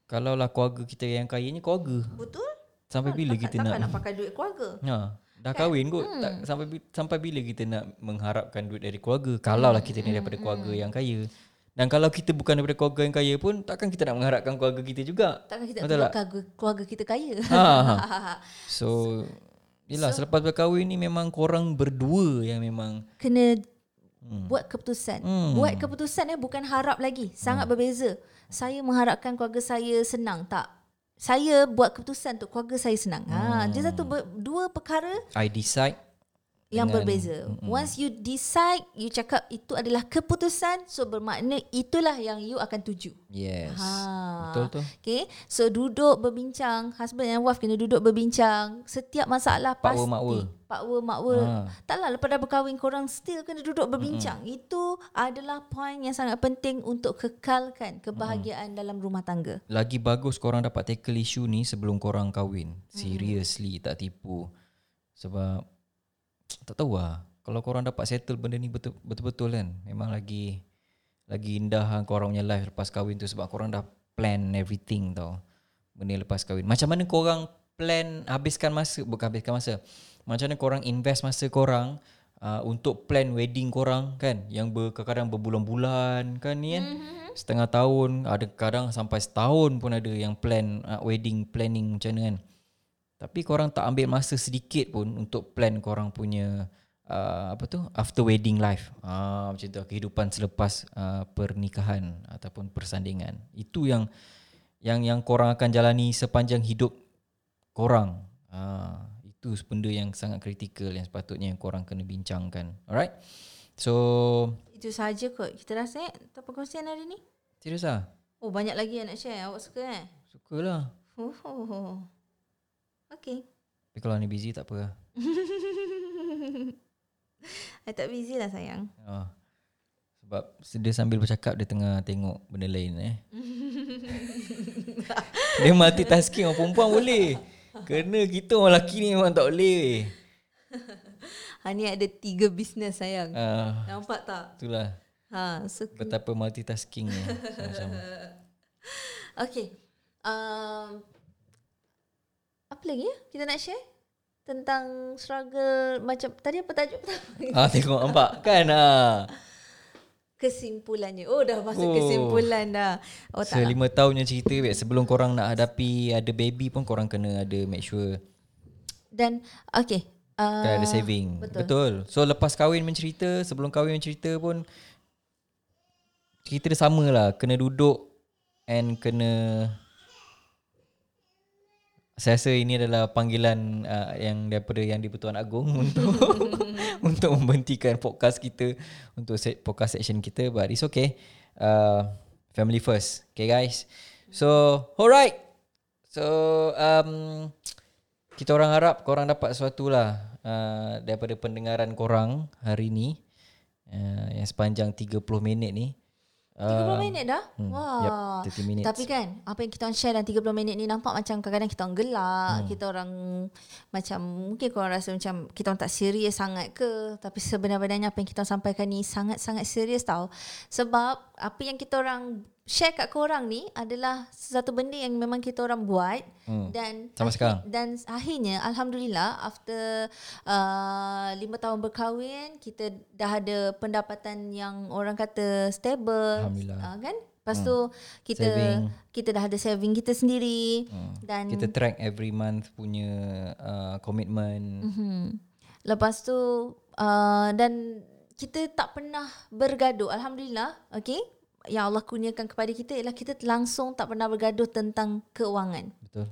Speaker 1: kalau lah keluarga kita yang kaya ni keluarga.
Speaker 2: Betul?
Speaker 1: Sampai bila
Speaker 2: Takkan-
Speaker 1: kita
Speaker 2: takkan
Speaker 1: nak
Speaker 2: nak pakai duit keluarga.
Speaker 1: Ha, dah kahwin kot. Hmm. Tak, sampai bi- sampai bila kita nak mengharapkan duit dari keluarga? Kalau lah kita ni daripada keluarga yang kaya. Dan kalau kita bukan daripada keluarga yang kaya pun, takkan kita nak mengharapkan keluarga kita juga.
Speaker 2: Takkan kita
Speaker 1: Betul
Speaker 2: Betul
Speaker 1: tak?
Speaker 2: tak? keluarga, keluarga kita kaya.
Speaker 1: Ha, ha. So, yelah so, selepas berkahwin ni memang korang berdua yang memang
Speaker 2: Kena
Speaker 1: Hmm.
Speaker 2: buat keputusan. Buat keputusan eh bukan harap lagi. Sangat
Speaker 1: Hmm.
Speaker 2: berbeza. Saya mengharapkan keluarga saya senang tak? Saya buat keputusan untuk keluarga saya senang. Ha,
Speaker 1: Hmm.
Speaker 2: dia satu ber, dua perkara
Speaker 1: I decide
Speaker 2: yang
Speaker 1: Dengan- Hmm.
Speaker 2: berbeza. Once you decide, you cakap itu adalah keputusan, so bermakna itulah yang you akan tuju.
Speaker 1: Yes.
Speaker 2: Ha.
Speaker 1: Betul tu.
Speaker 2: Okay, so duduk berbincang. Husband and wife kena duduk berbincang. Setiap masalah
Speaker 1: Pakwa,
Speaker 2: pasti.
Speaker 1: makwa.
Speaker 2: Pakwa, makwa.
Speaker 1: Ha.
Speaker 2: Taklah lah, lepas dah berkahwin korang still kena duduk berbincang. Mm-hmm. Itu adalah point yang sangat penting untuk kekalkan kebahagiaan mm-hmm. dalam rumah tangga.
Speaker 1: Lagi bagus korang dapat tackle isu ni sebelum korang kahwin. Seriously, tak tipu. Sebab tak tahu lah. Kalau korang dapat settle benda ni betul- betul-betul kan. Memang lagi lagi indah lah korang punya life lepas kahwin tu sebab korang dah plan everything tau. Benda lepas kahwin. Macam mana korang plan habiskan masa, bukan habiskan masa. Macam mana korang invest masa korang uh, untuk plan wedding korang kan yang ber, kadang berbulan-bulan kan ni kan mm-hmm. setengah tahun ada kadang sampai setahun pun ada yang plan uh, wedding planning macam mana kan tapi korang tak ambil masa sedikit pun untuk plan korang punya uh, apa tu after wedding life ah macam tu kehidupan selepas uh, pernikahan ataupun persandingan itu yang yang yang korang akan jalani sepanjang hidup korang ah itu benda yang sangat kritikal yang sepatutnya korang kena bincangkan alright so
Speaker 2: Itu sahaja kot. Kita rasa eh, tak perkongsian hari ni.
Speaker 1: serius ah
Speaker 2: Oh, banyak lagi yang nak share. Awak suka eh?
Speaker 1: sukalah
Speaker 2: Oh. Okay.
Speaker 1: tapi kalau ni busy tak apa lah.
Speaker 2: I tak busy lah sayang.
Speaker 1: Ah. Sebab dia sambil bercakap dia tengah tengok benda lain eh. dia multitasking orang perempuan boleh. Kena kita orang lelaki ni memang tak boleh.
Speaker 2: Hani Ha, ada tiga bisnes sayang.
Speaker 1: Ah,
Speaker 2: Nampak tak?
Speaker 1: itulah
Speaker 2: Ha, so
Speaker 1: betapa multitasking ni. eh. Macam
Speaker 2: okay. Um, apa lagi ya? Kita nak share tentang struggle macam tadi apa tajuk pertama?
Speaker 1: ah tengok nampak kan ah.
Speaker 2: Kesimpulannya. Oh, dah masuk
Speaker 1: Oh.
Speaker 2: oh. kesimpulan dah. Oh,
Speaker 1: So
Speaker 2: tak. lah.
Speaker 1: lima tahun yang cerita babe. sebelum korang nak hadapi ada baby pun korang kena ada make sure
Speaker 2: Dan okay. Uh,
Speaker 1: Kan ada saving. Betul.
Speaker 2: betul.
Speaker 1: betul. So lepas kahwin mencerita, sebelum kahwin mencerita pun cerita dia sama lah. Kena duduk and kena saya rasa ini adalah panggilan uh, yang daripada yang di-Pertuan Agong untuk untuk membentikan podcast kita untuk se- podcast section kita but it's okay. Uh, family first. Okay guys. So, alright. So, um kita orang harap korang dapat sesuatu lah uh, daripada pendengaran korang hari ni uh, yang sepanjang 30 minit ni. Uh,
Speaker 2: 30
Speaker 1: Ah.
Speaker 2: minit dah? Hmm, Wah.
Speaker 1: yep, 30 minutes.
Speaker 2: Tapi kan, apa yang kita orang share dalam 30 minit ni nampak macam kadang-kadang kita orang gelak, hmm. kita orang macam mungkin korang rasa macam kita orang tak serius sangat ke, tapi sebenar-benarnya apa yang kita orang sampaikan ni sangat-sangat serius tau. Sebab apa yang kita orang share kat korang ni adalah sesuatu benda yang memang kita orang buat hmm. dan
Speaker 1: Sampai sekarang.
Speaker 2: dan akhirnya alhamdulillah after uh, lima tahun berkahwin kita dah ada pendapatan yang orang kata stable
Speaker 1: Alhamdulillah. Hmm.
Speaker 2: uh, kan lepas tu kita
Speaker 1: Saving.
Speaker 2: kita dah ada saving kita
Speaker 1: Hmm.
Speaker 2: sendiri dan
Speaker 1: Kita track every month punya uh, commitment.
Speaker 2: hmm, Lepas tu uh, dan kita tak pernah bergaduh. Alhamdulillah, okey. Yang Allah kurniakan kepada kita ialah kita langsung tak pernah bergaduh tentang keuangan.
Speaker 1: Betul.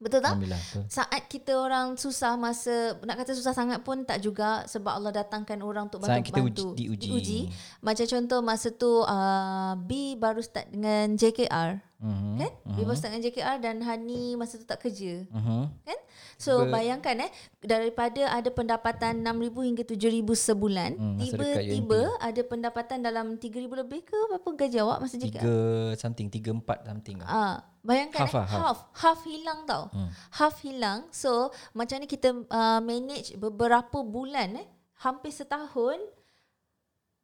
Speaker 2: Betul tak?
Speaker 1: Alhamdulillah betul.
Speaker 2: Saat kita orang susah masa nak kata susah sangat pun tak juga sebab Allah datangkan orang untuk bantu
Speaker 1: Saat kita
Speaker 2: bantu
Speaker 1: uji- diuji.
Speaker 2: diuji. Macam contoh masa tu uh, B baru start dengan JKR.
Speaker 1: Mhm.
Speaker 2: Kan? B baru start dengan JKR dan Hani masa tu tak kerja.
Speaker 1: Mhm.
Speaker 2: Kan? So bayangkan eh daripada ada pendapatan 6000 hingga 7000 sebulan,
Speaker 1: Hmm, masa dekat
Speaker 2: tiba-tiba ada pendapatan dalam 3000 lebih ke berapa gaji awak masa JKR?
Speaker 1: Tiga something, tiga empat something. lah.
Speaker 2: Ah, bayangkan
Speaker 1: Half
Speaker 2: half,
Speaker 1: lah,
Speaker 2: eh,
Speaker 1: half.
Speaker 2: half. half half hilang tau. Hmm. Half hilang. So macam ni kita uh, manage beberapa bulan eh hampir setahun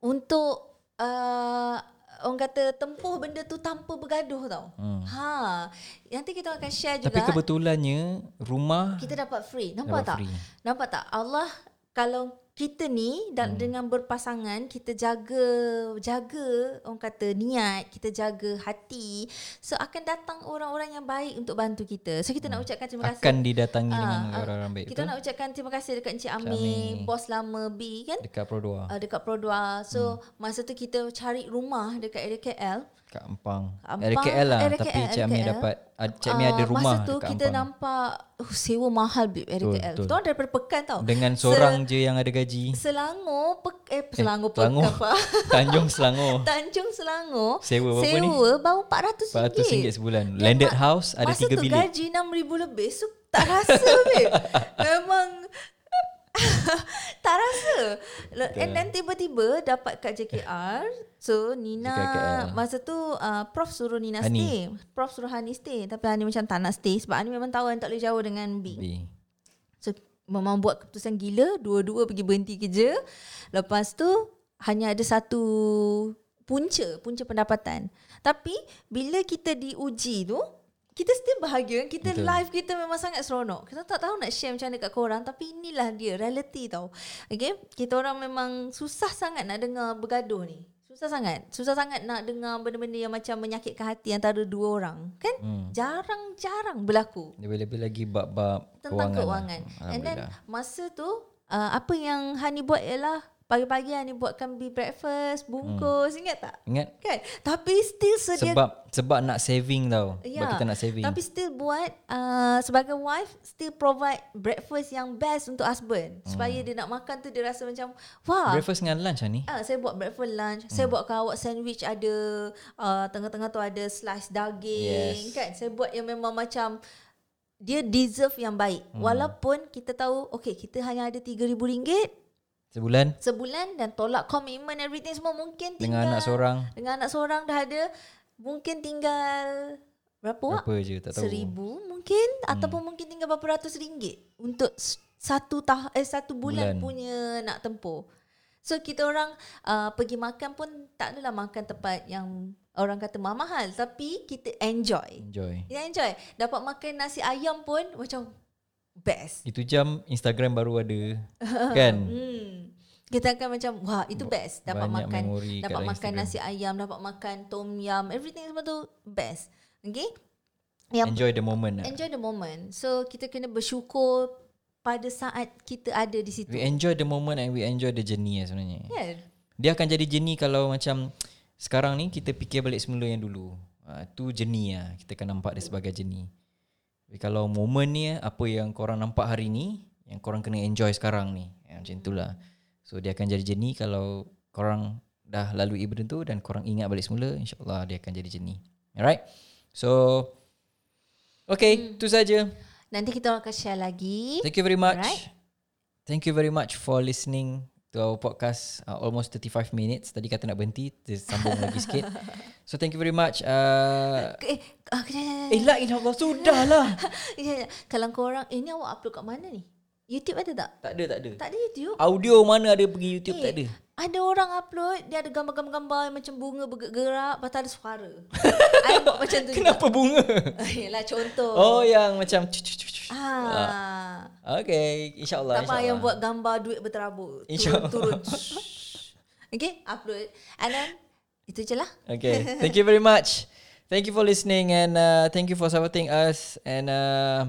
Speaker 2: untuk uh, orang kata tempuh benda tu tanpa bergaduh tau. Hmm. Ha, nanti kita akan share
Speaker 1: Mm.
Speaker 2: juga. ah.
Speaker 1: Tapi kebetulannya rumah
Speaker 2: kita dapat free. Nampak
Speaker 1: Dapat
Speaker 2: tak?
Speaker 1: free.
Speaker 2: Nampak tak? Allah kalau kita ni dan hmm. dengan berpasangan kita jaga jaga orang kata niat, kita jaga hati. So akan datang orang-orang yang baik untuk bantu kita. So kita hmm. nak ucapkan terima kasih.
Speaker 1: akan didatangi
Speaker 2: Ah,
Speaker 1: dengan
Speaker 2: ah,
Speaker 1: orang-orang baik.
Speaker 2: Kita
Speaker 1: Betul?
Speaker 2: nak ucapkan terima kasih dekat Encik Amir,
Speaker 1: Amir.
Speaker 2: bos lama B kan?
Speaker 1: Dekat Hmm. Produa,
Speaker 2: Uh, dekat Produa. So masa tu kita cari rumah dekat area KL.
Speaker 1: dekat Empang.
Speaker 2: Kat Empang,
Speaker 1: RKL lah.
Speaker 2: RKL,
Speaker 1: Tapi Cik Amir
Speaker 2: RKL.
Speaker 1: dapat, ah, Cik Amir ada
Speaker 2: Ah,
Speaker 1: rumah
Speaker 2: Masa tu
Speaker 1: dekat
Speaker 2: kita
Speaker 1: Empang.
Speaker 2: nampak oh, sewa mahal babe area
Speaker 1: Betul,
Speaker 2: KL.
Speaker 1: betul.
Speaker 2: Tu orang daripada pekan tau.
Speaker 1: Dengan
Speaker 2: Se-
Speaker 1: seorang je yang ada gaji.
Speaker 2: Selangor pe, eh, Selangor eh,
Speaker 1: Selangor.
Speaker 2: Pekan apa?
Speaker 1: Tanjung Selangor.
Speaker 2: Tanjung Selangor
Speaker 1: Sewa berapa ni?
Speaker 2: sewa baru RM400
Speaker 1: RM400
Speaker 2: ringgit.
Speaker 1: sebulan.
Speaker 2: Dan
Speaker 1: Landed
Speaker 2: ma-
Speaker 1: house ada
Speaker 2: masa
Speaker 1: tiga
Speaker 2: tu
Speaker 1: bilik.
Speaker 2: gaji RM6,000 lebih so tak rasa babe memang tak rasa Le- and then tiba-tiba dapat kat JKR so Nina
Speaker 1: JKKL.
Speaker 2: masa tu uh, Prof suruh Nina
Speaker 1: Hani.
Speaker 2: stay Prof suruh Hani stay tapi Hani macam tak nak stay sebab Hani memang tahu Hani tak boleh jauh dengan B
Speaker 1: Lebih.
Speaker 2: So memang buat keputusan gila Dua-dua pergi berhenti kerja Lepas tu hanya ada satu punca Punca pendapatan Tapi bila kita diuji tu kita still bahagia Kita
Speaker 1: Betul.
Speaker 2: Betul. live kita memang sangat seronok Kita tak tahu nak share macam mana kat korang Tapi inilah dia reality tau Okay Kita orang memang susah sangat nak dengar bergaduh ni Susah sangat Susah sangat nak dengar benda-benda yang macam menyakitkan hati Antara dua orang Kan
Speaker 1: Hmm.
Speaker 2: Jarang-jarang berlaku
Speaker 1: Lebih-lebih lagi bab-bab keuangan.
Speaker 2: tentang
Speaker 1: lah.
Speaker 2: keuangan. And then
Speaker 1: Alhamdulillah.
Speaker 2: masa tu uh, apa yang Hani buat ialah pagi-pagi Hani buatkan be breakfast, bungkus, hmm. ingat tak?
Speaker 1: Ingat?
Speaker 2: Kan? Tapi still sedia
Speaker 1: Sebab sebab nak saving tau. Sebab kita nak saving.
Speaker 2: Ya, Tapi still buat uh, sebagai wife still provide breakfast yang best untuk husband
Speaker 1: Hmm.
Speaker 2: supaya dia nak makan tu dia rasa macam wah
Speaker 1: Breakfast dengan lunch lah ni.
Speaker 2: Ah, saya buat breakfast lunch. Hmm. Saya buatkan awak sandwich ada uh, tengah-tengah tu ada slice daging
Speaker 1: Yes.
Speaker 2: yes. kan. Saya buat yang memang macam dia deserve yang baik. Hmm. Walaupun kita tahu okay kita hanya ada RM3000
Speaker 1: Sebulan
Speaker 2: sebulan dan tolak commitment everything semua mungkin tinggal
Speaker 1: dengan anak seorang
Speaker 2: dengan anak seorang dah ada mungkin tinggal berapa awak?
Speaker 1: berapa je tak tahu.
Speaker 2: Seribu mungkin hmm. ataupun mungkin tinggal berapa ratus ringgit untuk s- satu tah eh satu
Speaker 1: Bulan.
Speaker 2: bulan, bulan. punya nak tempoh. So kita orang uh, pergi makan pun tak adalah makan tempat yang orang kata mahal tapi kita enjoy.
Speaker 1: Enjoy.
Speaker 2: Kita enjoy. Dapat makan nasi ayam pun macam best.
Speaker 1: Itu jam Instagram baru ada kan.
Speaker 2: Hmm. Kita akan macam wah itu best dapat
Speaker 1: Banyak
Speaker 2: makan
Speaker 1: memori kat
Speaker 2: dapat
Speaker 1: dalam
Speaker 2: makan
Speaker 1: Instagram.
Speaker 2: nasi ayam, dapat makan tom yum, everything semua tu best. Okay? Yang
Speaker 1: Enjoy the moment lah.
Speaker 2: Enjoy the moment. So kita kena bersyukur pada saat kita ada di situ. Ya.
Speaker 1: We enjoy the moment and we enjoy the journey lah sebenarnya.
Speaker 2: Yeah.
Speaker 1: Dia akan jadi journey kalau macam sekarang ni kita fikir balik semula yang dulu. Uh, tu journey lah. Kita akan nampak dia sebagai journey. Tapi kalau moment ni apa yang korang nampak hari ni yang korang kena enjoy sekarang ni. Ya, macam itulah. So dia akan jadi journey kalau korang dah lalui benda tu dan korang ingat balik semula insyaAllah dia akan jadi journey. Alright. So Okay, tu saja.
Speaker 2: Nanti kita orang akan share lagi.
Speaker 1: Thank you very much.
Speaker 2: Alright.
Speaker 1: Thank you very much for listening to our podcast. Uh, almost 35 minutes. Tadi kata nak berhenti, dia sambung lagi sikit. So thank you very much. Uh,
Speaker 2: Eh, ah, kena,
Speaker 1: eh la ilaha illallah sudahlah.
Speaker 2: ya, ya. kalau korang, eh ni awak upload kat mana ni? YouTube ada tak?
Speaker 1: tak ada tak ada.
Speaker 2: Tak ada Eh. YouTube.
Speaker 1: Audio mana ada pergi YouTube tak ada.
Speaker 2: Ada orang upload, dia ada gambar-gambar yang macam bunga bergerak, lepas tu ada suara. I buat macam tu juga.
Speaker 1: Kenapa bunga?
Speaker 2: Yelah contoh.
Speaker 1: Oh yang macam cu- cu- cu- cu.
Speaker 2: Ah.
Speaker 1: Okay, insyaallah.
Speaker 2: Tak payah
Speaker 1: insyaallah.
Speaker 2: buat gambar duit berterabur.
Speaker 1: InsyaAllah.
Speaker 2: Turun-turun. okay, upload. And then, itu je lah.
Speaker 1: Okay. Thank you very much. Thank you for listening and uh, thank you for supporting us and uh,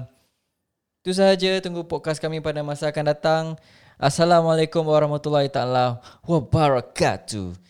Speaker 1: itu sahaja tunggu podcast kami pada masa akan datang. Assalamualaikum warahmatullahi taala wabarakatuh.